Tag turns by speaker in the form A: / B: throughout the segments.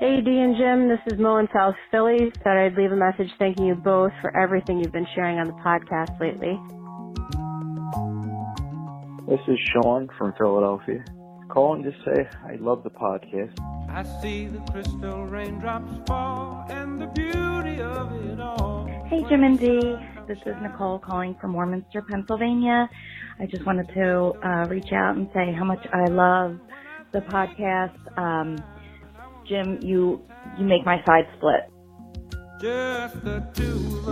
A: Hey, D and Jim, this is Mo in South Philly. Thought I'd leave a message thanking you both for everything you've been sharing on the podcast lately.
B: This is Sean from Philadelphia. Calling to say I love the podcast.
C: I see the crystal raindrops fall and the beauty of it all.
D: Hey, Jim and Dee. This is Nicole calling from Warminster, Pennsylvania. I just wanted to uh, reach out and say how much I love the podcast. Um, Jim, you you make my side split.
C: Just the two of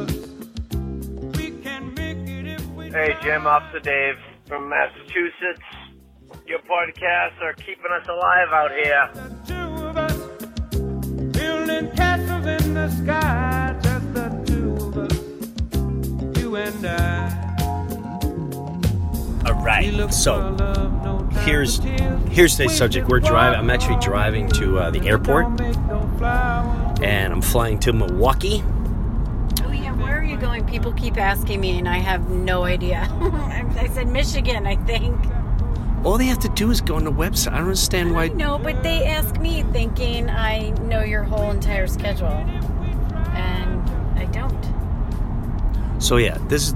C: us. We can make it if we
E: Hey, Jim, Officer Dave from Massachusetts. Your podcasts are keeping us alive out here.
C: The two of us. Building castles in the sky. Just the two of us. You and I.
F: All
C: We
F: right.
C: look for
F: So
C: love, no time
F: here's
C: for tears.
F: here's
C: We
F: today's subject.
C: just
F: We're driving. I'm
C: walk
F: actually
C: on.
F: driving to uh, the
C: Don't
F: airport,
C: make no flowers.
F: and I'm flying to Milwaukee.
G: Oh yeah, where are you going? People keep asking me, and I have no idea. I I said Michigan, I think.
F: All they have to do is go on the website. I don't understand
G: I
F: why.
G: know, but they ask me, thinking I know your whole entire schedule, and I don't.
F: So yeah, this is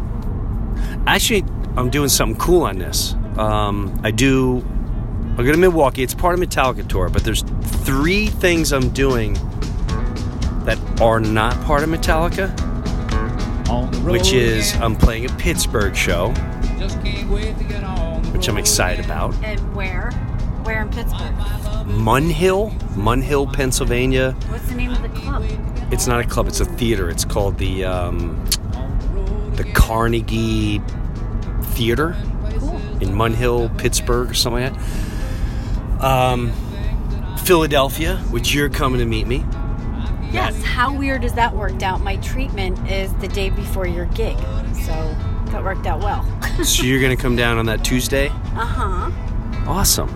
F: actually I'm doing something cool on this. Um, I do. I go to Milwaukee. It's part of Metallica tour, but there's three things I'm doing that are not part of Metallica,
H: On the road
F: which is
H: again.
F: I'm playing a Pittsburgh show,
H: Just can't wait to get on the
F: which I'm
H: road
F: excited
H: again.
F: about.
G: And where? Where in Pittsburgh?
F: Munhill, Munhill, Pennsylvania.
G: What's the name of the club?
F: It's not a club. It's a theater. It's called the um, the Carnegie Theater.
G: Cool.
F: in Munhill, Pittsburgh, or something like that. Um, Philadelphia, which you're coming to meet me.
G: Yes. How weird does that worked out? My treatment is the day before your gig, so that worked out well.
F: So you're going to come down on that Tuesday.
G: Uh huh.
F: Awesome.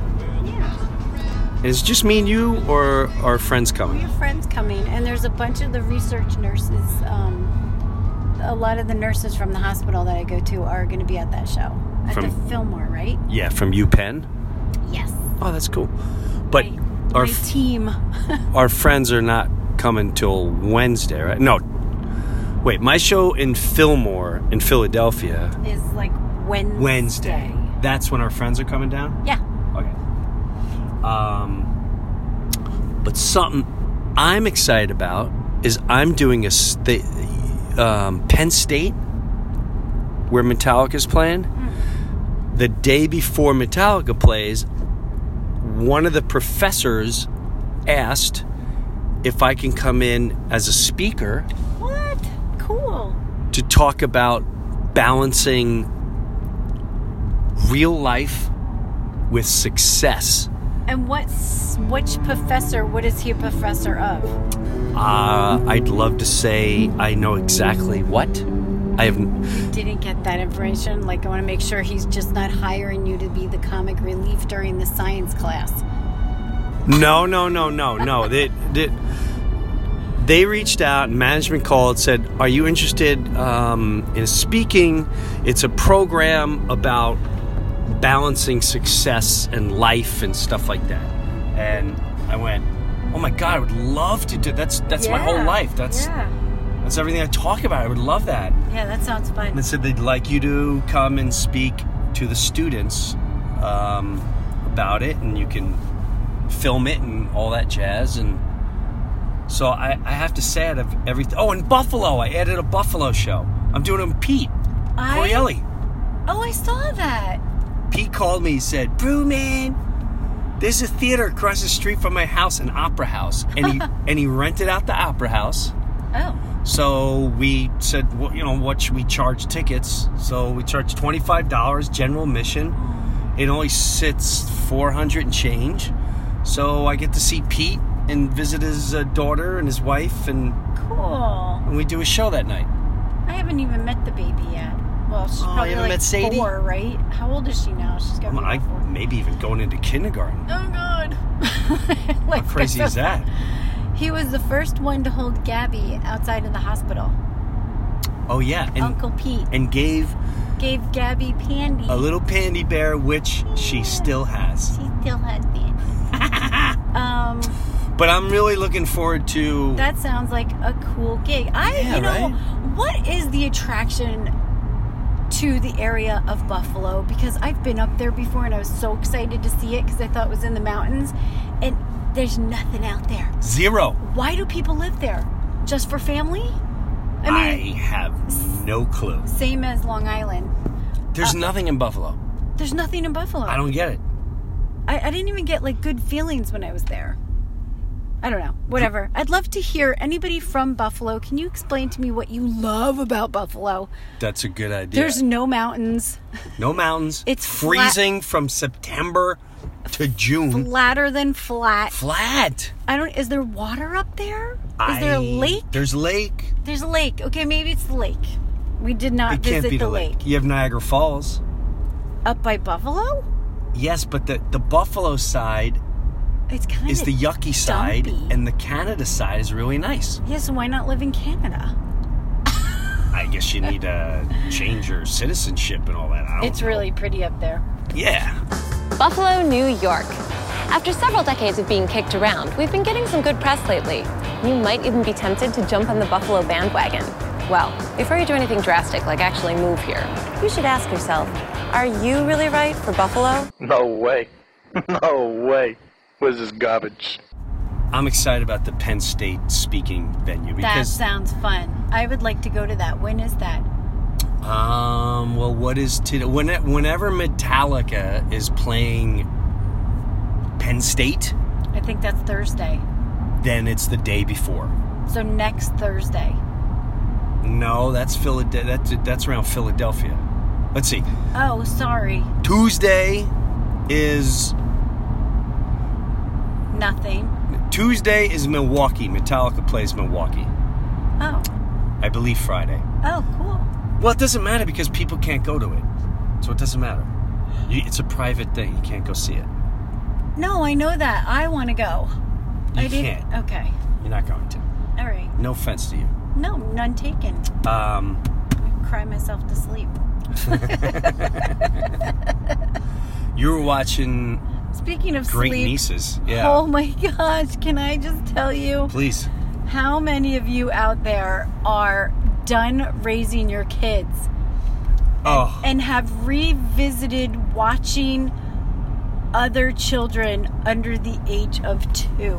G: Yeah.
F: And it's just me and you, or are friends
G: We
F: coming?
G: have friends coming, and there's a bunch of the research nurses. Um, a lot of the nurses from the hospital that I go to are going to be at that show at
F: From-
G: the Fillmore, right?
F: Yeah, from UPenn.
G: Yes.
F: Oh, that's cool. But
G: my,
F: our
G: my
F: f-
G: team.
F: our friends are not coming till Wednesday, right? No. Wait, my show in Fillmore in Philadelphia
G: is like Wednesday.
F: Wednesday. That's when our friends are coming down.
G: Yeah.
F: Okay. Um, but something I'm excited about is I'm doing a sta- um, Penn State where Metallica's playing. The day before Metallica plays, one of the professors asked if I can come in as a speaker
G: What? Cool.
F: to talk about balancing real life with success.
G: And what's which professor? What is he a professor of?
F: Uh, I'd love to say I know exactly what. I have.
G: Didn't get that information. Like I want to make sure he's just not hiring you to be the comic relief during the science class.
F: No, no, no, no, no. They, they, they reached out, and management called, said, Are you interested um, in speaking? It's a program about balancing success and life and stuff like that. And I went, Oh my God, I would love to do That's That's my whole
G: Yeah,
F: life. That's,
G: yeah.
F: that's everything I talk about. I would love that.
G: Yeah, that sounds fun.
F: and said they'd like you to come and speak to the students um, about it, and you can film it and all that jazz. And so I, I have to say, out of everything, oh, and Buffalo, I added a Buffalo show. I'm doing it with Pete
G: I-
F: Corielli.
G: Oh, I saw that.
F: Pete called me. He said, "Brew man, there's a theater across the street from my house, an opera house, and he and he rented out the opera house."
G: Oh,
F: So we said, well, you know, what should we charge tickets? So we charged $25 general admission. It only sits 400 and change. So I get to see Pete and visit his uh, daughter and his wife, and,
G: cool.
F: and we do a show that night.
G: I haven't even met the baby yet. Well, she's
F: Oh, you
G: probably
F: haven't
G: like
F: met Sadie?
G: four, right? How old is she now? She's got
F: I'm
G: to be
F: like,
G: about four.
F: maybe even going into kindergarten.
G: Oh God! like,
F: How crazy is that?
G: He was the first one to hold Gabby outside of the hospital.
F: Oh, yeah. And,
G: Uncle Pete.
F: and gave
G: gave Gabby Pandy.
F: A little pandy bear, which she still has.
G: She still has Pandy. um,
F: But I'm really looking forward to.
G: that sounds like a cool gig. I,
F: Yeah,
G: you know,
F: right?
G: what is the attraction to the area of Buffalo? Because I've been up there before and I was so excited to see it because I thought it was in the mountains, and there's nothing out there.
F: Zero.
G: Why do people live there? Just for family? I
F: I
G: mean,
F: have no clue.
G: same as Long Island.
F: There's nothing in Buffalo.
G: There's nothing in Buffalo.
F: I don't get it.
G: I, I didn't even get like good feelings when I was there. I don't know. Whatever. I'd love to hear anybody from Buffalo. Can you explain to me what you love about Buffalo?
F: That's a good idea.
G: There's no mountains,
F: no mountains.
G: It's flat-
F: freezing from September to June.
G: flatter than flat.
F: Flat.
G: I don't. Is there water up there? Is there
F: I-
G: a lake?
F: There's lake.
G: There's a lake. Okay, maybe it's the lake. We did not
F: it
G: Uh, visit
F: can't be
G: the
F: the lake. You have Niagara Falls.
G: up by Buffalo.
F: Yes, but the, the Buffalo side
G: It's kind
F: is
G: of
F: the yucky side,
G: dumpy.
F: and the Canada side is really nice.
G: yeah. So why not live in Canada?
F: I guess you need to change your citizenship and all that. I don't
G: It's really pretty up there.
F: yeah.
I: Buffalo, New York. After several decades of being kicked around, we've been getting some good press lately. You might even be tempted to jump on the Buffalo bandwagon. Well, before you do anything drastic like actually move here, you should ask yourself are you really right for Buffalo?
B: No way. No way. What is this garbage?
F: I'm excited about the Penn State speaking venue
G: That
F: because
G: sounds fun. I would like to go to that. When is that?
F: um well what is today when, whenever Metallica is playing Penn State
G: I think that's Thursday.
F: then it's the day before.
G: So next Thursday.
F: No, that's Philadelphia. That's that's around Philadelphia. Let's see.
G: Oh, sorry.
F: Tuesday is
G: Nothing.
F: Tuesday is Milwaukee. Metallica plays Milwaukee.
G: Oh.
F: I believe Friday.
G: Oh, cool.
F: Well, it doesn't matter because people can't go to it, so it doesn't matter. You, it's a private thing. You can't go see it.
G: No, I know that. I want to go.
F: You
G: I did-
F: can't.
G: Okay.
F: You're not going to.
G: All right.
F: No offense to you.
G: No, none taken.
F: Um,
G: I cry myself to sleep.
F: you were watching
G: Speaking of
F: Great
G: sleep.
F: Nieces. Yeah.
G: Oh my gosh, can I just tell you
F: Please.
G: how many of you out there are done raising your kids?
F: Oh.
G: and have revisited watching other children under the age of two.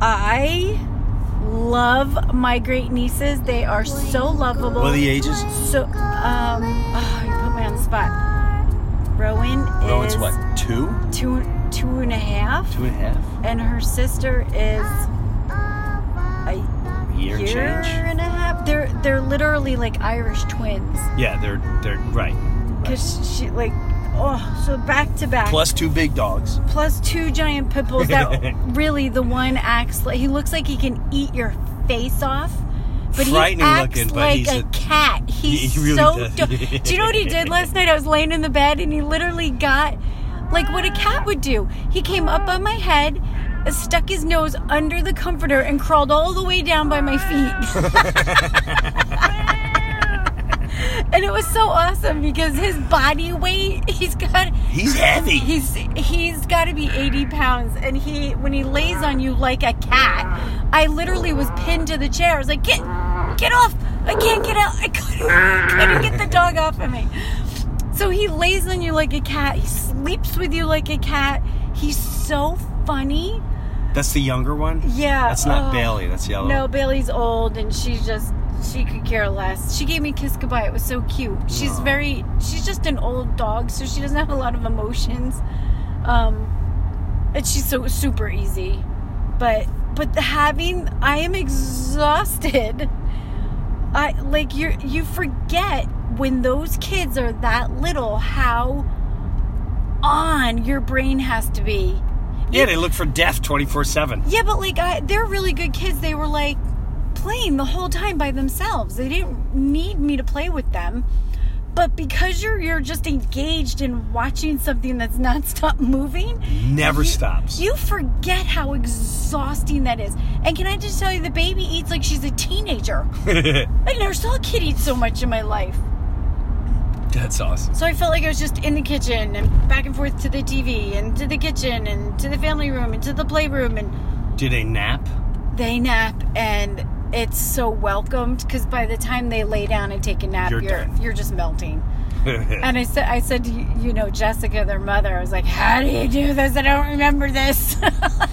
G: I love my great nieces. They are so lovable.
F: What are the ages?
G: so um oh, you put me on the spot. Rowan is
F: Rowan's Oh, what? Two?
G: two two and a half,
F: Two and a half?
G: and her sister is a
F: Year,
G: year
F: change?
G: and a half. They're they're literally like Irish twins.
F: Yeah, they're they're right.
G: Cause she like, oh, so back to back.
F: Plus two big dogs.
G: plus two giant pit bulls. That really the one acts like he looks like he can eat your face off. But he
F: Frightening
G: acts
F: looking, but
G: like
F: he's
G: a,
F: a-
G: cat. He's
F: he really
G: so.
F: does.
G: do- do you know what he did last night? I was laying in the bed and he literally got like what a cat would do. He came up on my head, stuck his nose under the comforter, and crawled all the way down by my feet. and it was so awesome because his body weight, he's got
F: He's heavy.
G: He's he's got to be 80 pounds, and he when he lays on you like a cat, I literally was pinned to the chair. I was like, get get off! I can't get out! I couldn't, couldn't get the dog off of me. So he lays on you like a cat. He sleeps with you like a cat. He's so funny.
F: That's the younger one?
G: Yeah.
F: That's not
G: oh.
F: Bailey, that's the other
G: No,
F: one.
G: Bailey's old, and she's just she could care less. She gave me a kiss goodbye. It was so cute. She's very she's just an old dog, so she doesn't have a lot of emotions. Um, and she's so super easy, but but having I am exhausted. I like you you forget when those kids are that little how on your brain has to be.
F: Yeah, they look for death 24 7.
G: Yeah, but like I, they're really good kids. They were like playing the whole time by themselves. They didn't need me to play with them. But because you're you're just engaged in watching something that's not stop moving,
F: Never stops.
G: you forget how exhausting that is. And can I just tell you, the baby eats like she's a teenager. I never saw a kid eat so much in my life.
F: That's awesome.
G: So I felt like I was just in the kitchen and back and forth to the TV and to the kitchen and to the family room and to the playroom and
F: Do they nap?
G: they nap and it's so welcomed because by the time they lay down and take a nap,
F: You're
G: you're you're,
F: done.
G: just melting. and I said, I said, to you you know, Jessica, their mother, I was like, "How do you do this? I don't remember this."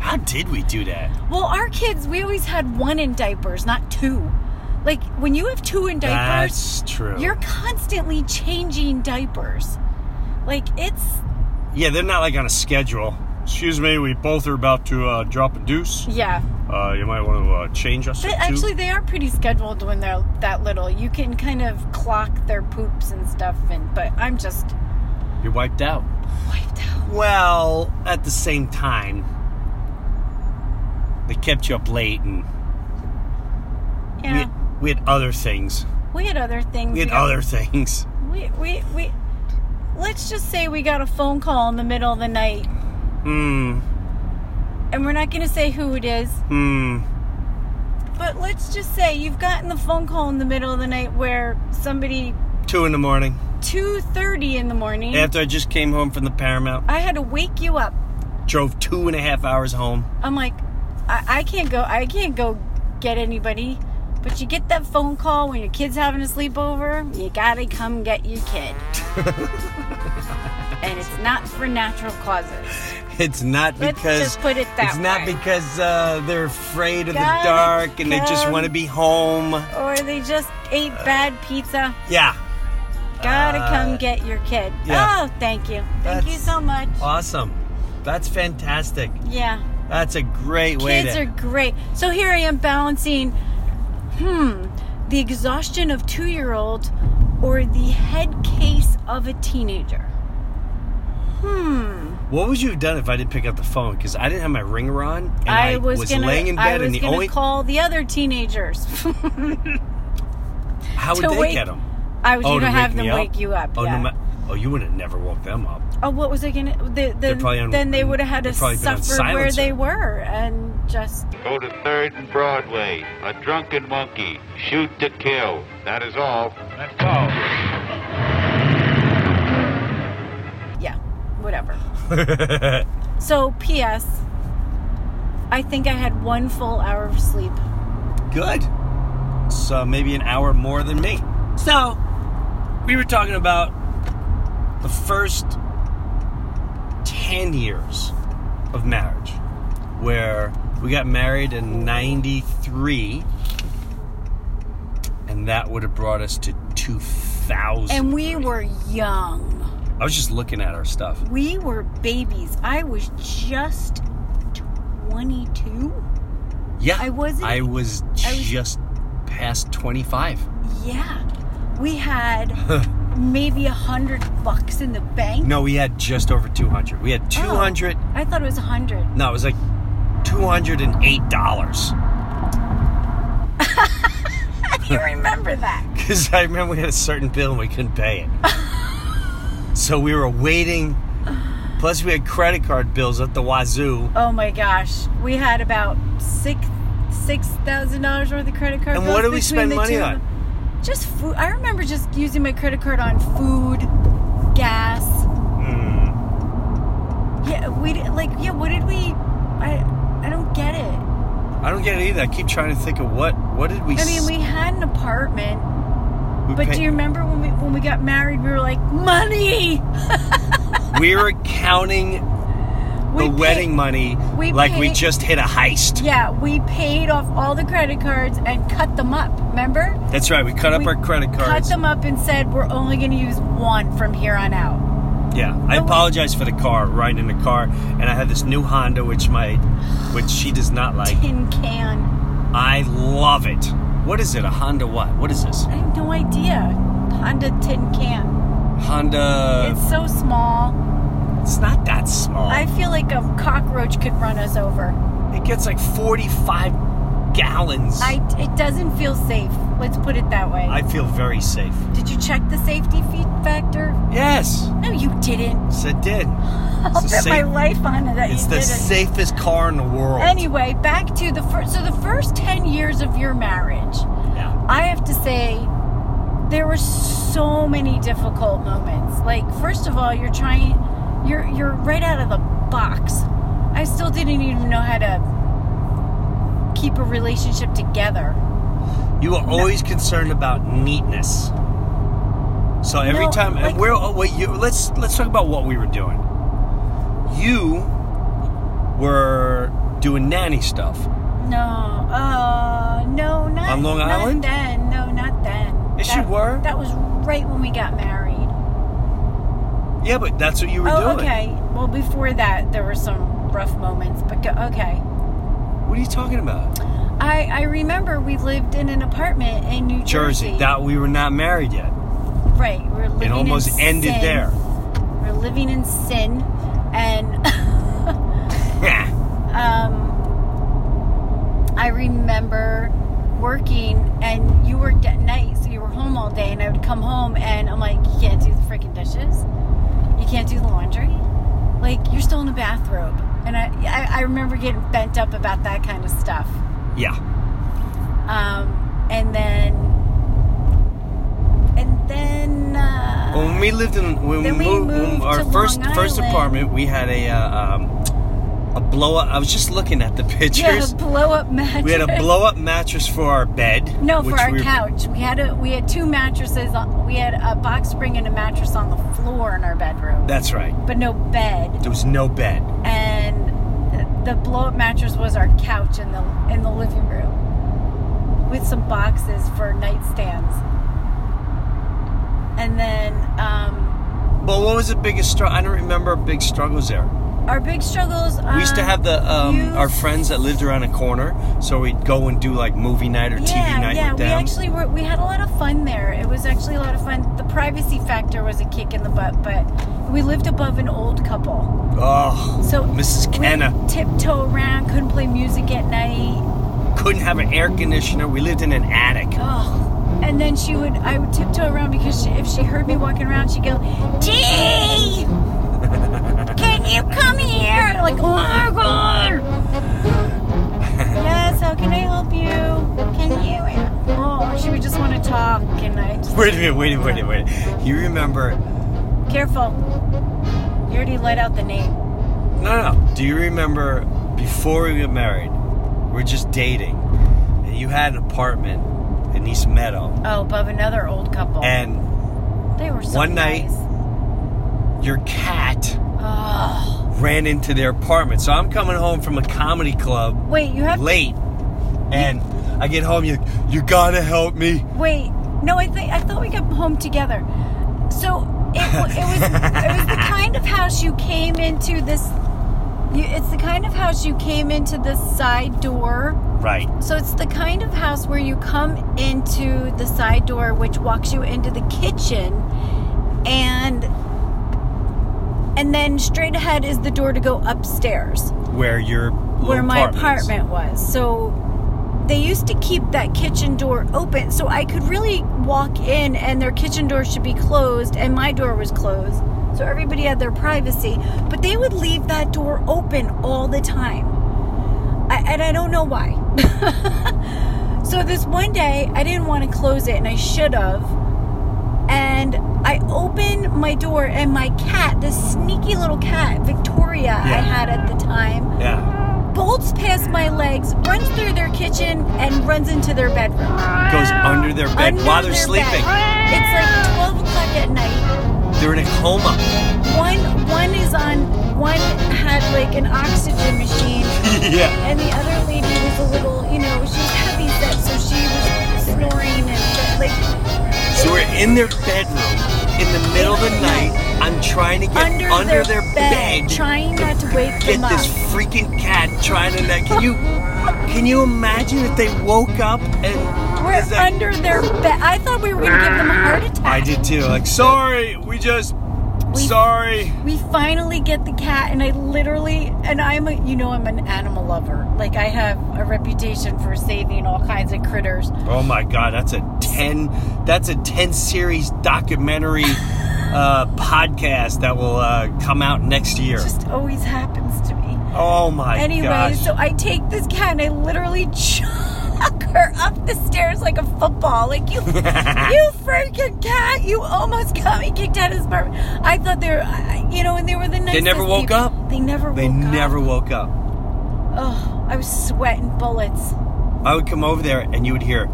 F: How did we do that?
G: well, our kids, we always had one in diapers, not two. Like when you have two in diapers,
F: That's true.
G: you're constantly changing diapers. Like it's
F: yeah, they're not like on a schedule. Excuse me, we both are about to uh, drop a deuce.
G: yeah.
F: Uh, you might want to uh, change us.
G: But
F: to-
G: actually, they are pretty scheduled when they're that little. You can kind of clock their poops and stuff. And but I'm just
F: you're wiped out.
G: wiped out.
F: Well, at the same time, they kept you up late, and we,
G: Yeah,
F: had, we had other things.
G: we had other things.
F: We had
G: got-
F: other things.
G: We we we. Let's just say we got a phone call in the middle of the night,
F: Hmm.
G: and we're not going to say who it is.
F: Hmm.
G: But let's just say you've gotten the phone call in the middle of the night where somebody
F: Two in the morning.
G: two thirty in the morning.
F: After I just came home from the Paramount,
G: I had to wake you up.
F: drove two and a half hours home.
G: I'm like, I, I can't go. I can't go get anybody. But you get that phone call when your kid's having a sleepover. You gotta come get your kid. and it's not for natural causes.
F: It's not
G: Let's
F: because
G: just put it that
F: it's not
G: way.
F: because uh, they're afraid of
G: Gotta
F: the dark and they just
G: come.
F: want to be home.
G: Or they just ate bad pizza.
F: Yeah,
G: Gotta
F: Uh,
G: come get your kid.
F: yeah.
G: Oh, thank you. Thank
F: That's-
G: you so much.
F: awesome. That's fantastic.
G: Yeah.
F: That's a great way
G: Kids
F: to.
G: are great. So here I am balancing, hmm, the exhaustion of two year old or the head case of a teenager. Hmm.
F: What would you have done if I didn't pick up the phone? Because I didn't have my ringer on, and
G: I,
F: I,
G: was, gonna
F: laying in
G: I
F: bed,
G: was
F: and the
G: gonna
F: only
G: call the other teenagers.
F: how would
G: to
F: they
G: wake-
F: get them?
G: I was
F: oh, to
G: gonna have
F: wake
G: them
F: me up?
G: wake you up.
F: Oh,
G: yeah.
F: no, ma- oh, you wouldn't have never woke them up.
G: oh, what was I gonna? The, the,
F: They're probably on-
G: then they would have had to
F: they've probably been on
G: suffer where
F: silencer.
G: they were and just
J: Go to 3rd and Broadway. A drunken monkey. Shoot to kill. That is all. Let's go.
G: yeah, whatever. So, P.S. I think I had one full hour of sleep.
F: Good. So maybe an hour more than me. So we were talking about the first 10 years of marriage, where we got married in 93, and that would have brought us to 2000.
G: And we were young.
F: I was just looking at our stuff.
G: We were babies. I was just 22.
F: Yeah.
G: I wasn't-
F: I was
G: I was-
F: just past 25.
G: Yeah. We had maybe a hundred bucks in the bank.
F: No, we had just over 200. We had
G: Oh,
F: 200.
G: I thought it was a hundred.
F: No, it was like two hundred and eight dollars.
G: You remember that?
F: Because I remember we had a certain bill and we couldn't pay it, so we were waiting. Plus, we had credit card bills at the wazoo,
G: Oh my gosh. We had about six six thousand dollars worth of credit card.
F: And what
G: bills
F: did we
G: between
F: spend
G: the
F: money
G: two of
F: on?
G: them. Just food. I remember just using my credit card on food, gas.
F: Hmm.
G: Yeah, we did, like yeah. What did we? I I don't get it.
F: I don't get it either. I keep trying to think of what what did we?
G: I mean,
F: s-
G: we had an apartment,
F: we
G: but
F: pay-
G: do you remember when we when we got married? We were like money.
F: we were counting
G: We
F: the
G: pay-
F: wedding money
G: we
F: like we
G: pay-
F: just hit a heist.
G: Yeah, we paid off all the credit cards and cut them up. Remember?
F: That's right. We cut up
G: We
F: our credit
G: Cut
F: cards.
G: them up and said we're only going to use one from here on out.
F: Yeah, I apologize for the car riding in the car, and I had this new Honda, which my, which she does not like.
G: Tin can.
F: I love it. What is it? A Honda what? What is this?
G: I have no idea. Honda tin can.
F: Honda.
G: it's so small.
F: it's not that small.
G: I feel like a cockroach could run us over.
F: it gets like 45 gallons.
G: I. It doesn't feel safe. Let's put it that way.
F: I feel very safe.
G: Did you check the safety feed factor?
F: Yes,
G: No, you didn't.
F: yes, I did.
G: I'll
F: the
G: bet my
F: safe-
G: life on it that
F: It's
G: you
F: the
G: didn't.
F: safest car in the world.
G: Anyway, back to the first. So the first ten years of your marriage,
F: Yeah.
G: I have to say, there were so many difficult moments. Like first of all, you're trying you're you're right out of the box. I still didn't even know how to keep a relationship together.
F: You are always concerned about neatness. So every
G: No,
F: time, and
G: like-
F: we're oh, wait. You, let's let's talk about what we were doing. You were doing nanny stuff.
G: No. Uh no, not
F: On Long
G: not
F: Island?
G: then. No, not then.
F: Yes,
G: That-
F: you were.
G: That was right when we got married.
F: Yeah, but that's what you were
G: oh,
F: doing.
G: okay. Well, before that, there were some rough moments, but go- okay.
F: What are you talking about?
G: I, I remember we lived in an apartment in New Jersey.
F: Jersey. That we were not married yet.
G: right. We were living
F: It almost
G: in
F: ended
G: sin.
F: there.
G: We were living in sin, and
F: Yeah.
G: um, I remember working, and you worked at night, so you were home all day, and I would come home, and I'm like, you can't do the freaking dishes, you can't do the laundry, like you're still in the bathrobe, and I I, I remember getting bent up about that kind of stuff.
F: yeah.
G: Um, and then, and then, uh,
F: Well, when we lived in when
G: Then
F: we
G: we
F: moved, when
G: moved
F: our
G: to
F: first
G: Long
F: first
G: Island.
F: apartment, we had a uh, um, a blow up. I was just looking at the
G: yeah,
F: pictures.
G: blow up mattress.
F: we had a blow up mattress for our bed.
G: No,
F: which
G: for our
F: we-
G: couch. We had a we had two mattresses. on- We had a box spring and a mattress on the floor in our bedroom,
F: That's right.
G: but no bed.
F: There was no bed.
G: And the- the blow up mattress was our couch in the in the living room with some boxes for nightstands. And then um,
F: But what was the biggest struggle? I don't remember big struggles there.
G: our big struggles. Um,
F: we used to have the um,
G: you-
F: our friends that lived around a corner, so we'd go and do like movie night or TV night
G: yeah,
F: with
G: we
F: them.
G: actually were, we had a lot of fun there. It was actually a lot of fun. The privacy factor was a kick in the butt, but we lived above an old couple,
F: oh,
G: so
F: Mrs.
G: we
F: Kenna
G: tiptoe around, couldn't play music at night.
F: couldn't have an air conditioner. We lived in an attic.
G: Oh, and then she would, I would tiptoe around because she, if she heard me walking around, she'd go, "Gee, can you come here?" Like, oh my god. Yes, how can I help you? Can you? Oh, she would just want to talk, and I just
F: Wait a minute, wait a minute, wait a minute. You remember?
G: Careful. You already let out the name.
F: No, no. Do you remember before we got married? We're just dating, and you had an apartment in East Meadow,
G: Oh, above another old couple.
F: and
G: they were so
F: one night-
G: nice.
F: your cat
G: Oh.
F: ran into their apartment. So I'm coming home from a comedy club
G: Wait, you have
F: late, and I get home. You you gotta help me.
G: to wait. No, I think I thought we got home together. So it, wa- it was it was the kind of house you came into this. You, it's the kind of house you came into this side door.
F: Right.
G: So it's the kind of house where you come into the side door, which walks you into the kitchen, and and then straight ahead is the door to go upstairs,
F: Where your little
G: where my
F: apartment is.
G: apartment was. So they used to keep that kitchen door open, so I could really walk in, and their kitchen door should be closed, and my door was closed, so everybody had their privacy. But they would leave that door open all the time, I, and I don't know why. So this one day, I didn't want to close it, and I should have. And I opened my door, and my cat, this sneaky little cat, Victoria, I
F: Yeah.
G: had at the time,
F: Yeah.
G: bolts past my legs, runs through their kitchen, and runs into their bedroom.
F: Goes under their bed
G: Under
F: while they're
G: their
F: sleeping.
G: bed. It's like 12 o'clock at night.
F: They're in a coma.
G: One one is on. One had like an oxygen machine,
F: yeah.
G: and the other lady was a little, you know, she was heavy set, so she was snoring and like.
F: So we're in their bedroom in the middle of the night. I'm trying to get
G: under,
F: under,
G: their, bed, trying not to wake
F: get
G: them up.
F: this freaking cat trying to net. Can you can you imagine if they woke up and
G: We're
F: is that-
G: under their bed. I thought we were going to give them a heart attack.
F: I did too. Like sorry, we just
G: We-
F: sorry.
G: We finally get the cat, and I literally, and I'm a, you know, I'm an animal lover. Like I have a reputation for saving all kinds of critters.
F: Oh my god, that's a ten that's a ten series documentary uh, podcast that will uh, come out next year.
G: Just oh always happens to me.
F: oh my
G: anyway,
F: gosh.
G: so I take this cat and I literally jump knock her up the stairs like a football. Like you, you freaking cat! You almost got me kicked out of this apartment. I thought they were, I- you know, and they were the nicest.
F: They never woke
G: people.
F: up.
G: They never.
F: They
G: woke
F: never
G: Up.
F: woke up.
G: Oh, I was sweating bullets.
F: I would come over there and you would hear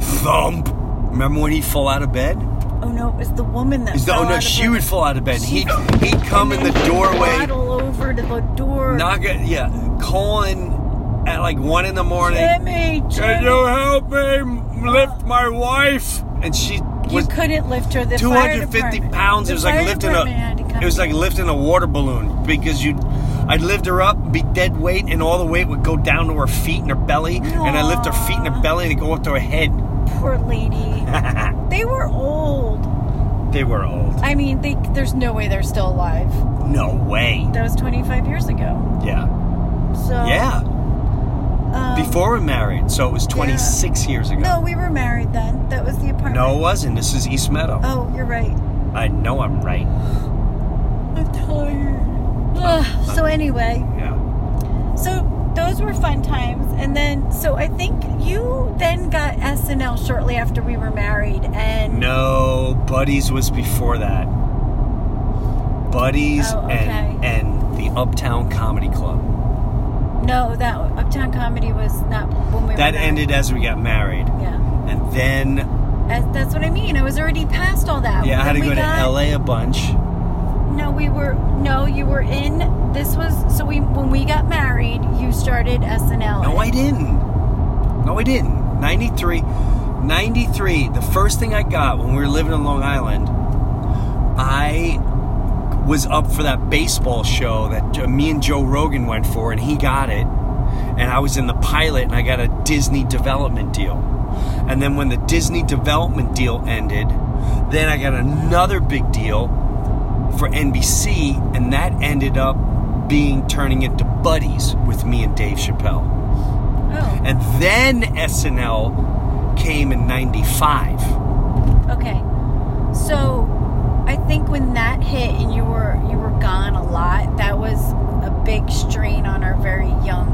F: thump. Remember when he fell out of bed?
G: Oh no, it was the woman that.
F: He's the-
G: fell
F: oh no,
G: out of
F: she
G: her-
F: would fall out of bed.
G: She-
F: He'd, he'd come in
G: and
F: the
G: then she'd
F: doorway,
G: waddle over to the door.
F: knock it, yeah, calling at like one in the morning.
G: Jimmy,
F: Can
G: Jimmy.
F: you help me lift my wife? And she
G: You
F: was
G: couldn't lift her. The
F: two
G: fire
F: hundred fifty
G: department-
F: pounds.
G: the
F: It was like
G: fire
F: lifting
G: department had to
F: a.
G: come.
F: It was like lifting a water balloon because you, I'd lift her up, be dead weight, and all the weight would go down to her feet and her belly, and I lift her feet and her belly and it go up to her head.
G: poor lady. they were old.
F: They were old.
G: I mean, they, there's no way they're still alive.
F: No way.
G: That was 25 years ago.
F: Yeah.
G: So Oh.
F: Yeah.
G: um,
F: Before we married, so it was twenty six years ago.
G: No, we were married then. That was the apartment.
F: No, it wasn't. This is East Meadow.
G: Oh, you're right.
F: I know I'm right.
G: I'm tired. Ugh, so anyway,
F: Yeah.
G: so those were fun times, and then so I think you then got SNL shortly after we were married, and
F: No, Buddies was before that. Buddies
G: Oh,
F: and and the Uptown Comedy Club.
G: no, that Uptown Comedy was not when we were
F: That
G: married.
F: ended as we got married.
G: Yeah,
F: And then
G: As, that's what I mean. I was already past all that.
F: yeah, I had to
G: Then
F: go
G: we
F: to
G: got-
F: LA a bunch.
G: No, we were no, you were in. This was so we when we got married, you started SNL.
F: No, I didn't. No, I didn't. 93. 93, the first thing I got when we were living on Long Island, I was up for that baseball show that Jo- me and Joe Rogan went for, and he got it. And I was in the pilot, and I got a Disney development deal. And then when the Disney development deal ended, then I got another big deal for NBC, and that ended up being turning into buddies with me and Dave Chappelle.
G: Oh,
F: And then SNL came in 95.
G: okay. So I think when that hit and you were you were gone a lot, that was a big strain on our very young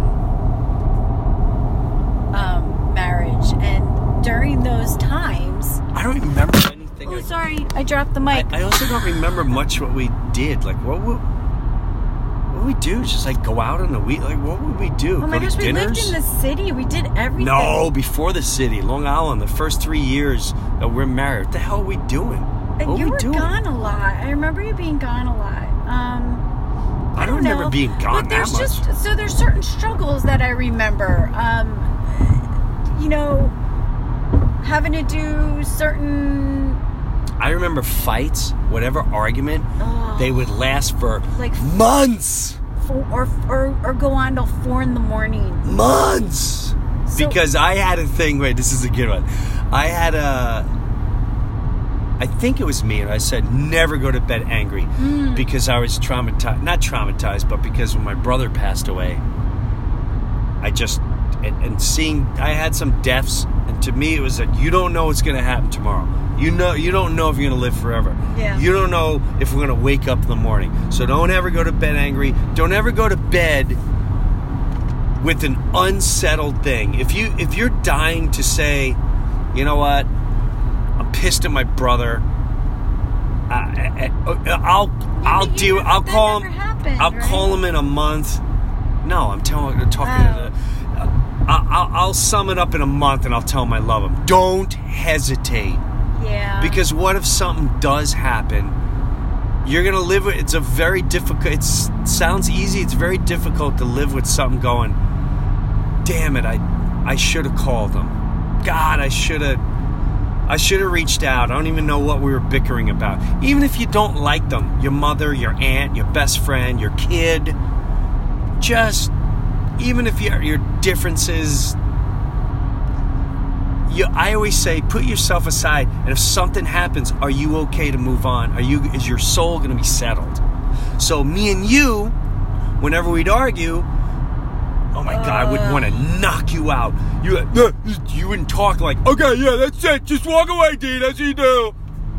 G: um, marriage. And during those times,
F: I don't remember anything.
G: oh
F: I-
G: sorry, I dropped the mic.
F: I also don't remember much what we did. Like, what would, what would we do? Just like go out on a week? Like, what would we do?
G: oh my
F: go
G: gosh,
F: to
G: we lived
F: dinners?
G: in the city. We did everything.
F: No, before the city, Long Island, the first three years that we're married. What the hell are we doing?
G: And
F: what
G: you
F: we
G: were
F: doing?
G: gone a lot. I remember you being gone a lot. Um,
F: I don't remember
G: know.
F: being gone that
G: But there's
F: much.
G: just so there's certain struggles that I remember. Um, you know, having to do certain
F: I remember fights, whatever argument,
G: Ugh.
F: they would last for
G: Like-
F: months.
G: fo- or or or go on till four in the morning.
F: months
G: So-
F: because I had a thing. Wait, this is a good one. I had a. I think it was me, and I said never go to bed angry because I was traumatized. Not traumatized, but because when my brother passed away, I just and, and seeing I had some deaths, and to me it was like you don't know what's going to happen tomorrow. You know you don't know if you're going to live forever.
G: Yeah.
F: You don't know if we're going to wake up in the morning. So don't ever go to bed angry. Don't ever go to bed with an unsettled thing. If you if you're dying to say, you know what, I'm pissed at my brother. I, I, I'll I'll
G: but you
F: do.
G: never-
F: I'll
G: that
F: call him.
G: never happened,
F: I'll
G: right?
F: call him in a month. No, I'm telling. Talking
G: Oh.
F: to the. uh, I- I'll, I'll sum it up in a month, and I'll tell him I love him. Don't hesitate.
G: Yeah.
F: Because what if something does happen? You're gonna live with. It's a very difficult. It sounds easy. It's very difficult to live with something going. Damn it! I, I should have called them. God, I should have. I should have reached out. I don't even know what we were bickering about. Even if you don't like them, your mother, your aunt, your best friend, your kid, just even if your your differences you, I always say, put yourself aside, and if something happens, are you okay to move on? Are you is your soul going to be settled? So me and you, whenever we'd argue, oh my god, I would want to knock you out. You uh, you wouldn't talk like, okay, yeah, that's it, just walk away, D. That's what you do.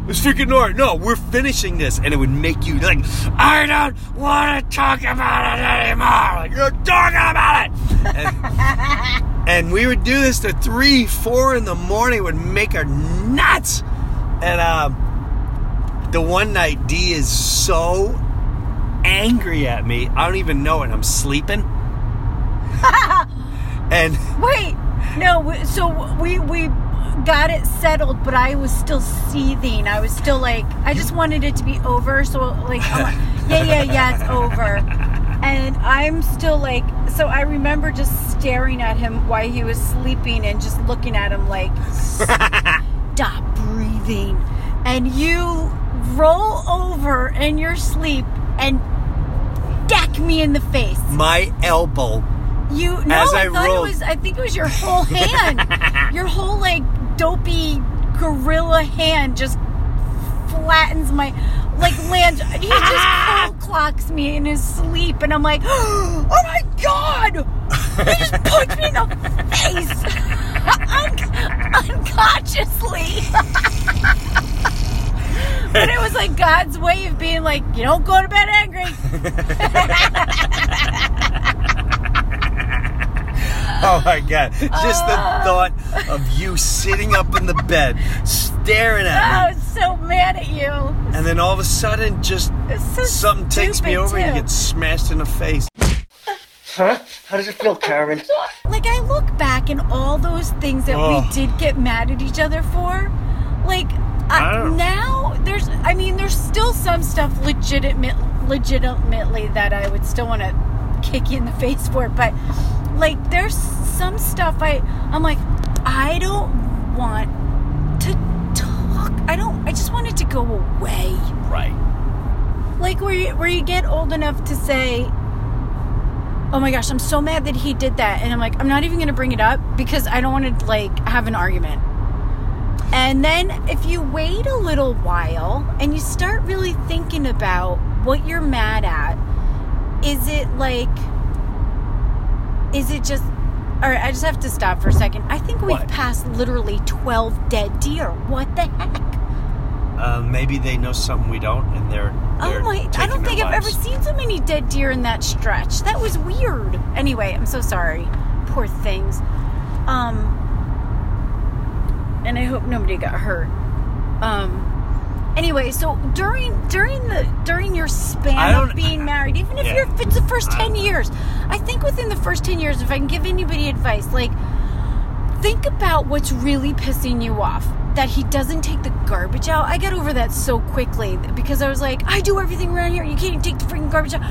F: It's freaking art. No, we're finishing this, and it would make you like, I don't want to talk about it anymore. Like you're talking about it. And-
K: And we would do this to three, four in the morning. It would make her nuts. And um, the one night, D is so angry at me. I don't even know it. I'm sleeping. and
G: Wait, no. w- So we we got it settled, but I was still seething. I was still like, I just wanted it to be over. So like, I'm like yeah, yeah, yeah, it's over. And I'm still like, so I remember just staring at him while he was sleeping and just looking at him like, stop breathing. And you roll over in your sleep and deck me in the face.
K: my elbow.
G: You no,
K: As
G: I,
K: I
G: thought
K: rolled-
G: it was. I think it was your whole hand, your whole like dopey gorilla hand just flattens my like lands. He just cold clocks me in his sleep, and I'm like, oh my god! He just punched me in the face Un- unconsciously. but it was like God's way of being like, you don't go to bed angry.
K: Oh my god. Just the
G: Ah.
K: thought of you sitting up in the bed, staring
G: I
K: at me.
G: was so mad at you.
K: And then all of a sudden, just something takes me
G: stupid,
K: over and
G: too.
K: you get smashed in the face. Huh? How does it feel, Karen?
G: Like I look back and all those things that
K: Ugh.
G: we did get mad at each other for, like
K: I
G: I,
K: don't-
G: now there's I mean there's still some stuff legitimate legitimately that I would still want to kick you in the face for, but like there's some stuff I I'm like I don't want to talk. I don't I just want it to go away.
K: Right.
G: like where you where you get old enough to say oh my gosh i'm so mad that he did that and i'm like i'm not even gonna bring it up because i don't want to like have an argument and then if you wait a little while and you start really thinking about what you're mad at is it like is it just all right i just have to stop for a second i think we've passed literally 12 dead deer what the heck
K: Uh, maybe they know something we don't and they're.
G: Oh my! I don't think I've ever seen so many dead deer in that stretch. That was weird. Anyway, I'm so sorry. Poor things. Um, and I hope nobody got hurt. Um, anyway, so during during the during your
K: I
G: span
K: don't-
G: of being married, even if
K: Yeah.
G: you're if it's the first
K: I-
G: ten years, I think within the first ten years, if I can give anybody advice, like think about what's really pissing you off that he doesn't take the garbage out i got over that so quickly because i was like i do everything around here you can't even take the freaking garbage out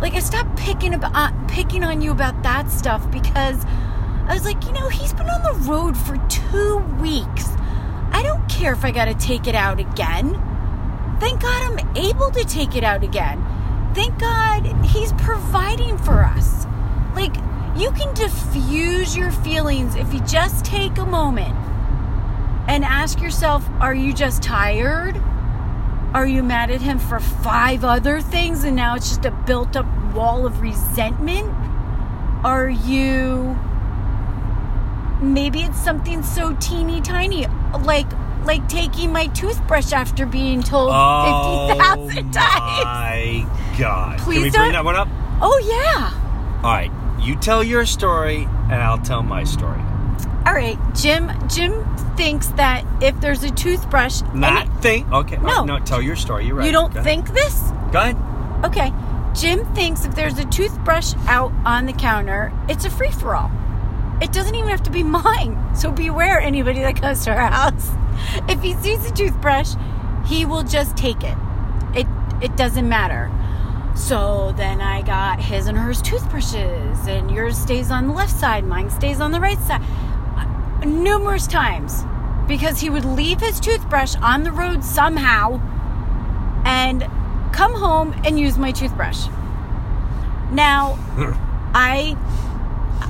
G: like i stopped picking about uh, picking on you about that stuff because i was like you know he's been on the road for two weeks i don't care if i gotta take it out again thank god i'm able to take it out again thank god he's providing for us like you can diffuse your feelings if you just take a moment and ask yourself are you just tired are you mad at him for five other things and now it's just a built up wall of resentment are you maybe it's something so teeny tiny like like taking my toothbrush after being told
K: Oh
G: 50,000 times
K: My God.
G: Please
K: Can we
G: don't-
K: bring that one up?
G: oh yeah
K: All right. You tell your story and I'll tell my story.
G: all right jim jim thinks that if there's a toothbrush
K: Not think. Okay. oh,
G: No.
K: No. tell your story. You're right.
G: You don't
K: Go ahead.
G: think this?
K: Go ahead.
G: Okay. Jim thinks if there's a toothbrush out on the counter, it's a free for all. It doesn't even have to be mine. So beware anybody that comes to our house. If he sees a toothbrush, he will just take it. It it doesn't matter. So then I got his and hers toothbrushes, and yours stays on the left side, mine stays on the right side. Uh, Numerous times because he would leave his toothbrush on the road somehow and come home and use my toothbrush. Now, I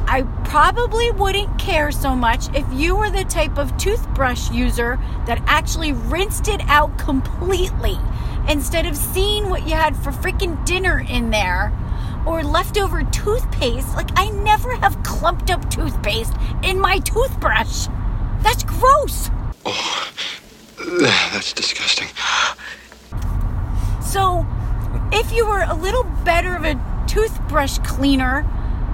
G: I probably wouldn't care so much if you were the type of toothbrush user that actually rinsed it out completely instead of seeing what you had for freaking dinner in there or leftover toothpaste. Like I never have clumped up toothpaste in my toothbrush. That's gross.
L: That's disgusting.
G: So, if you were a little better of a toothbrush cleaner,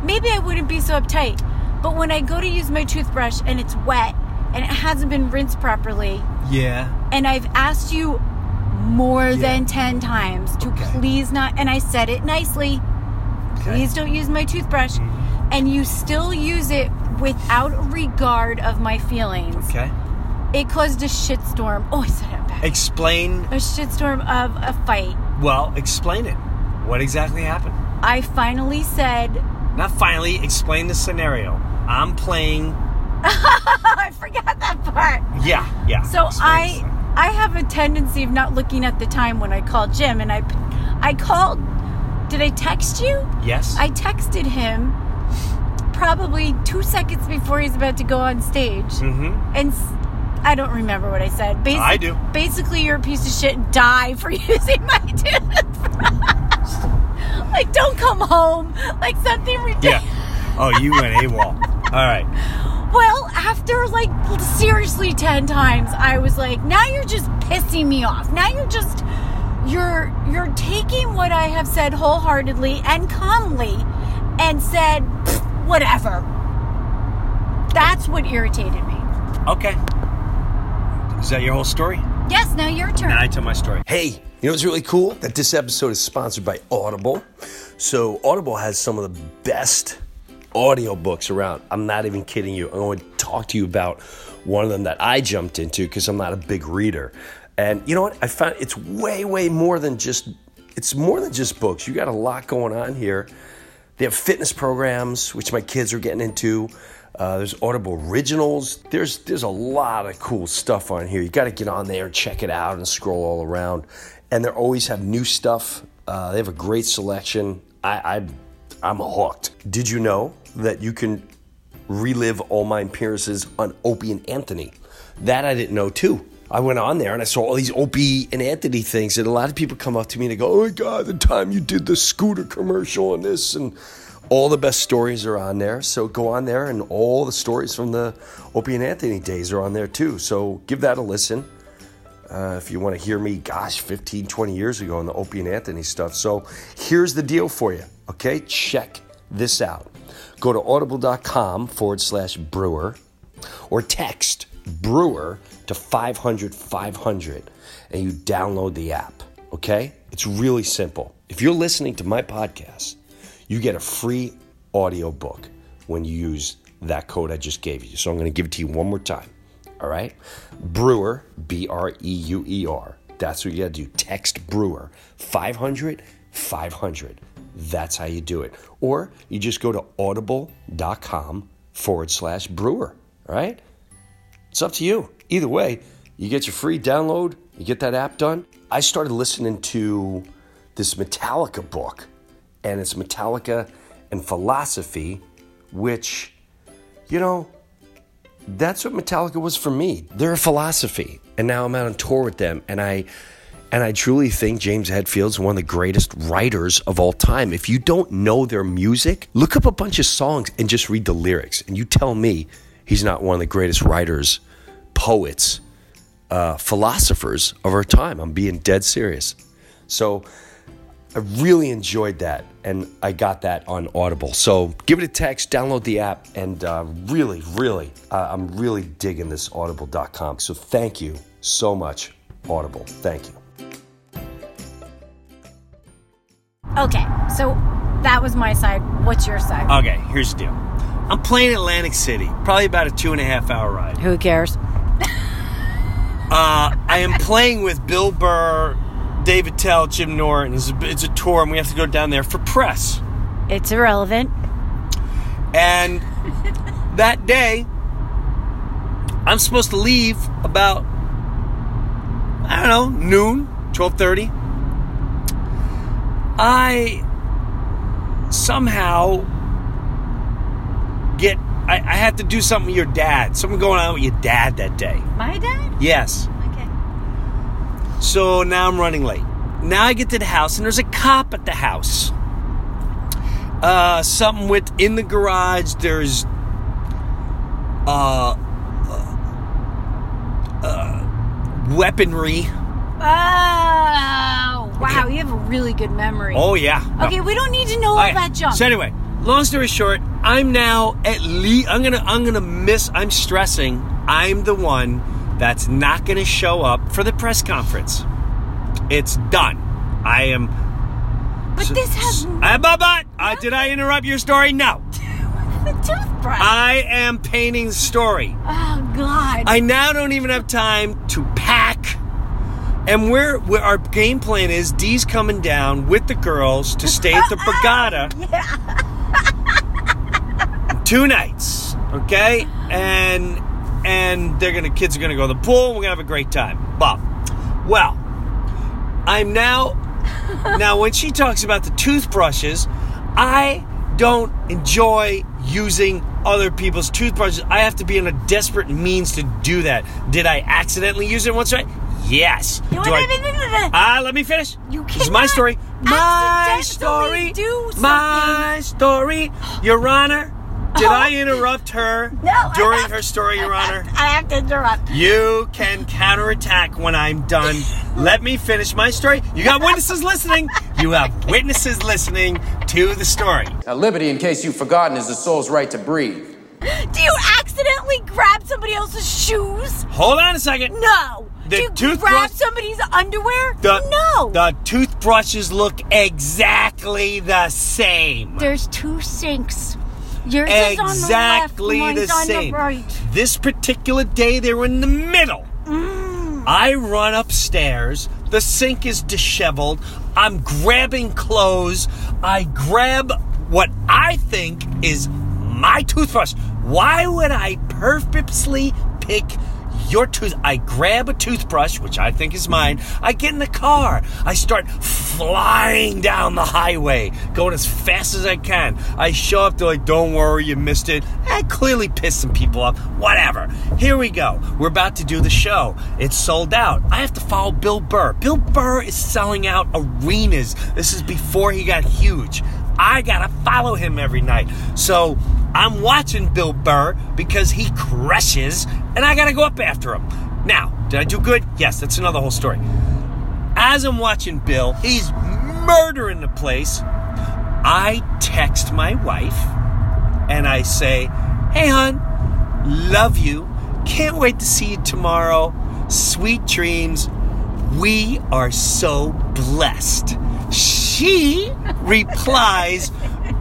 G: maybe I wouldn't be so uptight. But when I go to use my toothbrush and it's wet and it hasn't been rinsed properly,
M: Yeah.
G: and I've asked you more than 10 times to please not, and I said it nicely, please don't use my toothbrush, and you still use it without regard of my feelings.
M: Okay.
G: It caused a shitstorm. Oh, I said it back.
M: Explain.
G: A shitstorm of a fight.
M: Well, explain it. What exactly happened?
G: I finally said,
M: Not finally. Explain the scenario. I'm playing.
G: I forgot that part.
M: Yeah. Yeah.
G: So I I have a tendency of not looking at the time when I call Jim and I I called did I text you?
M: Yes.
G: I texted him probably 2 seconds before he's about to go on stage.
M: Mm-hmm.
G: And s- I don't remember what Hmm. I said. Basic,
M: I do.
G: Basically, you're a piece of shit. and Die for using my toothbrush. like, don't come home. Like something ridiculous.
M: Yeah. Oh, you went AWOL. All right.
G: Well, after like seriously 10 times, I was like, now you're just pissing me off. Now you're just you're you're taking what I have said wholeheartedly and calmly and said "Pfft, whatever. That's what irritated me.
M: Okay. Is that your whole story?
G: Yes, now your turn.
M: Now I tell my story.
F: Hey, you know what's really cool? That this episode is sponsored by Audible. So, Audible has some of the best audiobooks around. I'm not even kidding you. I'm going to talk to you about one of them that I jumped into because I'm not a big reader. And you know what? I found it's way, way more than just it's more than just books. You got a lot going on here. They have fitness programs, which my kids are getting into. Uh, there's Audible Originals. There's there's a lot of cool stuff on here. You got to get on there, check it out, and scroll all around. And they always have new stuff. Uh, they have a great selection. I, I I'm hooked. Did you know that you can relive all my appearances on Opie and Anthony? That I didn't know too. I went on there and I saw all these Opie and Anthony things, and a lot of people come up to me and they go, "Oh my god, the time you did the scooter commercial and this and." All the best stories are on there, so go on there, and all the stories from the Opie and Anthony days are on there too. So give that a listen uh, if you want to hear me, gosh, 15, 20 years ago on the Opie and Anthony stuff. So here's the deal for you, okay? Check this out. Go to audible.com forward slash brewer or text brewer to 500 500 and you download the app, okay? It's really simple. If you're listening to my podcast, you get a free audiobook when you use that code I just gave you. So I'm going to give it to you one more time. All right? Brewer, B R E U E R. That's what you got to do. Text Brewer 500 500. That's how you do it. Or you just go to audible.com forward slash brewer. All right? It's up to you. Either way, you get your free download, you get that app done. I started listening to this Metallica book, and it's Metallica and Philosophy, which, you know, that's what Metallica was for me. They're a philosophy, and now I'm out on tour with them, and I and I truly think James Hetfield's one of the greatest writers of all time. If you don't know their music, look up a bunch of songs and just read the lyrics, and you tell me he's not one of the greatest writers, poets, uh, philosophers of our time. I'm being dead serious. So I really enjoyed that, and I got that on Audible. So give it a text, download the app, and uh, really, really, uh, I'm really digging this audible.com. So thank you so much, Audible. Thank you.
G: Okay, so that was my side. What's your side?
M: Okay, here's the deal. I'm playing Atlantic City, probably about a two and a half hour ride.
G: Who cares?
M: Uh, I am playing with Bill Burr, David Tell, Jim Norton. It's a, it's a tour, and we have to go down there for press.
G: It's irrelevant.
M: And that day, I'm supposed to leave about I don't know noon, twelve thirty. I somehow get I, I had to do something with your dad. Something going on with your dad that day.
G: My dad?
M: Yes.
G: Okay.
M: So now I'm running late. Now I get to the house and there's a cop at the house. Uh, something with in the garage. There's uh, uh, uh, weaponry.
G: Oh, wow. You have a really good memory.
M: Oh yeah.
G: Okay, we don't need to know all
M: Alright,
G: that junk.
M: So anyway, long story short,
F: I'm now at least I'm gonna I'm gonna miss I'm stressing I'm the one that's not gonna show up for the press conference. It's done. I am
G: But this has
F: I, but, but, uh, did I interrupt your story? No.
G: the toothbrush.
F: I am painting the story.
G: oh God.
F: I now don't even have time to pack. And we're, we're our game plan is Dee's coming down with the girls to stay at the Brigada. two nights, okay? And and they're gonna kids are gonna go to the pool. We're gonna have a great time. Bob. Well, I'm now now when she talks about the toothbrushes, I don't enjoy using other people's toothbrushes. I have to be in a desperate means to do that. Did I accidentally use it once? Right? Yes.
G: You
F: do
G: wanna-
F: I, Ah, let me finish.
G: You
F: This is my
G: cannot
F: story. My story.
G: accidentally do
F: my story. Your Honor, did I interrupt her
G: Oh. No,
F: during her story, Your Honor?
G: I have to interrupt.
F: You can counterattack when I'm done. Let me finish my story. You got witnesses listening. You have witnesses listening to the story.
N: Now, liberty, in case you've forgotten, is the soul's right to breathe.
G: Do you accidentally grab somebody else's shoes?
F: Hold on a second.
G: No.
F: The
G: Do you grab
F: toothbrush-
G: somebody's underwear?
F: The,
G: no.
F: The toothbrushes look exactly the same.
G: There's two sinks. Yours is on the left,
F: exactly
G: mine's
F: the
G: on
F: same.
G: the right.
F: This particular day, they were in the middle.
G: Mm.
F: I run upstairs. The sink is disheveled. I'm grabbing clothes. I grab what I think is my toothbrush. Why would I purposely pick your tooth? I grab a toothbrush, which I think is mine. I get in the car. I start flying down the highway, going as fast as I can. I show up. They're like, "Don't worry, you missed it." I clearly pissed some people off. Whatever. Here we go. We're about to do the show. It's sold out. I have to follow Bill Burr. Bill Burr is selling out arenas. This is before he got huge. I gotta follow him every night. So I'm watching Bill Burr because he crushes, and I gotta go up after him. Now, did I do good? Yes, that's another whole story. As I'm watching Bill, he's murdering the place. I text my wife and I say, Hey, hon, love you. Can't wait to see you tomorrow. Sweet dreams. We are so blessed. She replies,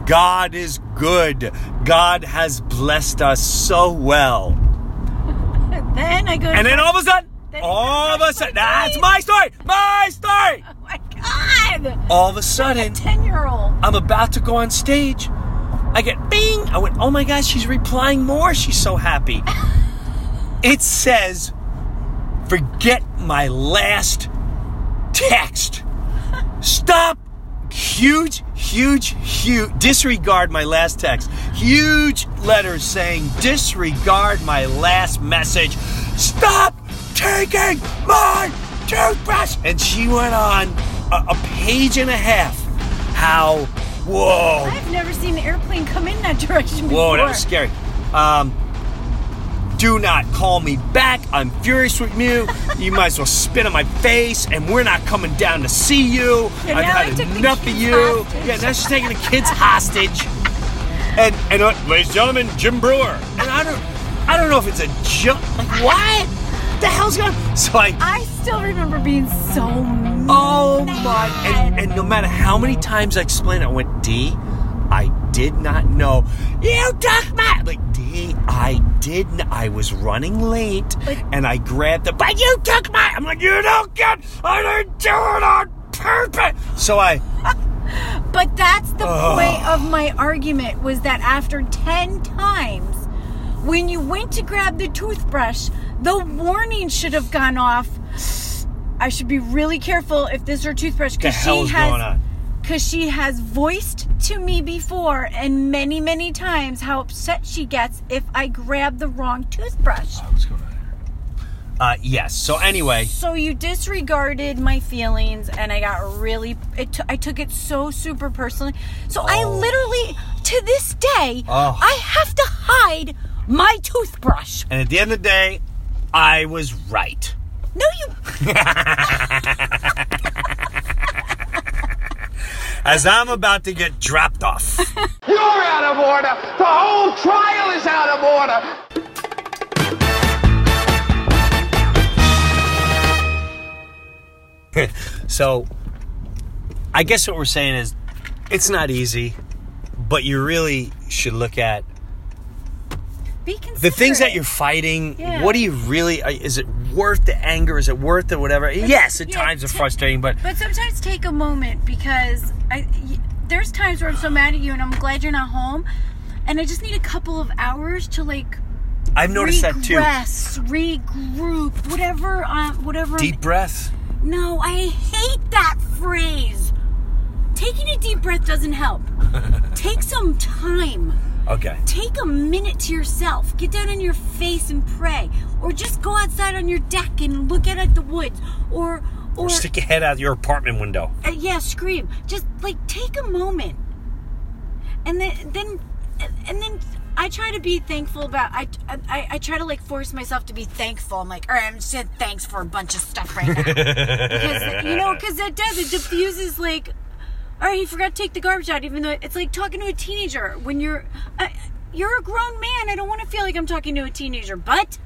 F: God is good. God has blessed us so well.
G: Then I go.
F: And then all of a sudden, all of a sudden, that's my story, my story.
G: "Oh God,
F: All of a sudden,
G: ten-year-old.
F: I'm about to go on stage. I get bing. I went, oh my gosh, she's replying more. She's so happy. it says, forget my last text. Stop. Huge, huge, huge. Disregard my last text. Huge letters saying, disregard my last message. Stop taking my toothbrush. And she went on a, a page and a half. How, whoa.
G: I've never seen an airplane come in that direction
F: Whoa,
G: before.
F: that was scary. Um, do not call me back. I'm furious with you. You might as well spit in my face, and we're not coming down to see you.
O: Yeah,
F: I've
O: now I
F: had
O: took the
F: enough of
O: kids
F: you.
O: hostage.
F: Yeah, now she's taking the kids hostage. And and uh, ladies and gentlemen, Jim Brewer. And I don't, I don't know if it's a joke. Like what? The hell's going? on? So I
G: I still remember being so mad.
F: Oh my! And, and no matter how many times I explained, it, I went, D, I did not know. You took my like D. I didn't. I was running late, and I grabbed the. But you took my. I'm like, you don't get. I didn't do it on purpose. So I.
G: But that's the
F: Ugh.
G: point of my argument was that after 10 times, when you went to grab the toothbrush, the warning should have gone off. I should be really careful if this is her toothbrush
F: The
G: because she
F: hell's going
G: has
F: on?
G: because she has voiced to me before and many many times how upset she gets if I grab the wrong toothbrush.
F: Uh, yes. So anyway.
G: So you disregarded my feelings, and I got really. It t- I took it so super personally. So I literally, to this day,
F: Oh.
G: I have to hide my toothbrush.
F: And at the end of the day, I was right.
G: No, you.
K: as I'm about to get dropped off.
P: You're out of order. The whole trial is out of order.
F: so I guess what we're saying is it's not easy, but you really should look at
G: Be considerate.
F: the things that you're fighting.
G: Yeah.
F: What do you really uh, is it worth the anger? Is it worth the whatever? Yes, at
G: yeah,
F: times it's frustrating, but
G: But sometimes take a moment because I y- there's times where I'm so mad at you and I'm glad you're not home, and I just need a couple of hours to like
F: I've noticed that too.
G: regress, regroup, whatever, uh, whatever.
F: Deep breath.
G: No, I hate that phrase. Taking a deep breath doesn't help. Take some time.
F: Okay.
G: Take a minute to yourself. Get down on your face and pray, or just go outside on your deck and look out at the woods, or or,
F: Or stick your head out your apartment window.
G: uh, yeah, scream. Just like take a moment, and then then and then I try to be thankful about. I I, I try to like force myself to be thankful. I'm like, all right, I'm just saying thanks for a bunch of stuff right now. because you know, because that does it diffuses like, all right, you forgot to take the garbage out, even though it's like talking to a teenager when you're. I, you're a grown man. I don't want to feel like I'm talking to a teenager, but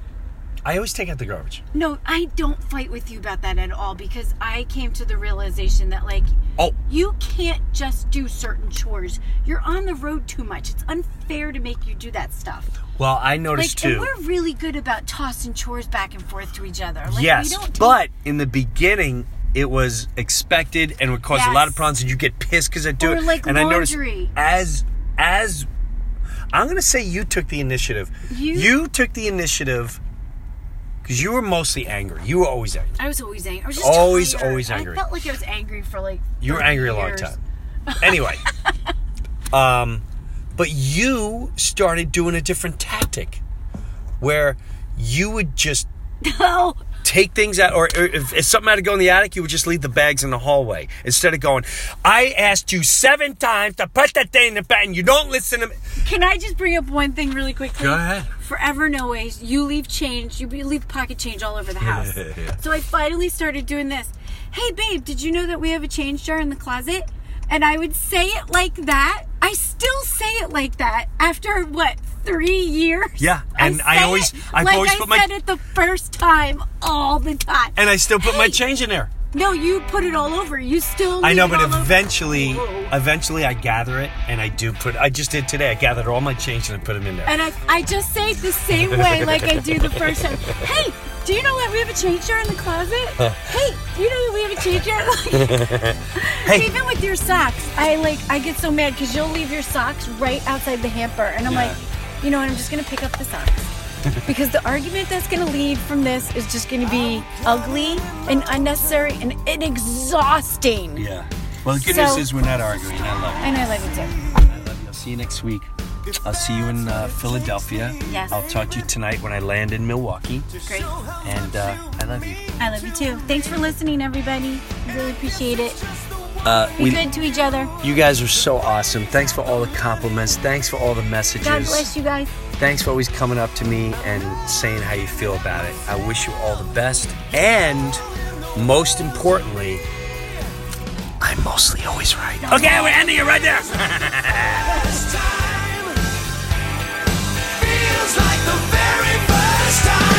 F: I always take out the garbage.
G: no, I don't fight with you about that at all because I came to the realization that like
F: Oh.
G: you can't just do certain chores. You're on the road too much. It's unfair to make you do that stuff.
F: Well, I noticed
G: like,
F: too.
G: And we're really good about tossing chores back and forth to each other. Like,
F: yes,
G: We don't
F: but in the beginning, it was expected and would cause a lot of
G: Yes.
F: problems, and you get pissed because I do
G: Or
F: it.
G: like
F: and
G: laundry.
F: I noticed as as I'm gonna say you took the initiative. You, took the initiative because you were mostly angry. You were always angry.
G: I was always angry. I was just
F: Always,
G: tired.
F: always angry.
G: I felt like I was angry for like.
F: You were
G: 30
F: angry a long
G: years.
F: time. Anyway, um, but you started doing a different tactic where you would just
G: no.
F: take things out, or, or if, if something had to go in the attic, you would just leave the bags in the hallway instead of going, I asked you seven times to put that thing in the bag and you don't listen to me.
G: Can I just bring up one thing really quickly?
F: Go ahead.
G: Forever no ways. You leave change. You be- leave pocket change all over the house. So I finally started doing this. Hey, babe, did you know that we have a change jar in the closet? And I would say it like that. I still say it like that after what three years.
F: Yeah, and I,
G: say
F: always,
G: it
F: I've
G: like
F: always
G: I
F: put
G: said
F: my,
G: it the first time, all the time.
F: and I still put my change in there.
G: No, you put it all over. You still.
F: I know,
G: leave
F: but
G: it all over.
F: eventually,
G: Whoa.
F: eventually, I gather it and I do put. I just did today. I gathered all my change and I put them in there.
G: And I, I just say it the same way like I do the first time. Hey, do you know that we have a change jar in the closet? Hey, do you know that we have a change jar? Like,
F: hey,
G: Even with your socks, I like I get so mad because you'll leave your socks right outside the hamper, and I'm
F: Yeah.
G: like, you know, what? I'm just gonna pick up the socks because the argument that's gonna lead from this is just gonna be ugly and unnecessary and, and exhausting.
F: yeah. Well, the good
G: So-
F: news is we're not arguing. I love you.
G: And I love it too.
F: I love you. I'll see you next week. I'll see you in uh, Philadelphia.
G: Yes.
F: I'll talk to you tonight when I land in Milwaukee.
G: Great.
F: And uh, I love you.
G: I love you too. Thanks for listening, everybody. Really appreciate it.
F: Uh,
G: Be good to each other.
F: you guys are so awesome. Thanks for all the compliments. Thanks for all the messages.
G: God bless you guys.
F: Thanks for always coming up to me and saying how you feel about it. I wish you all the best. And most importantly, I'm mostly always right. Okay, we're ending it right there.
Q: Feels like the very first time.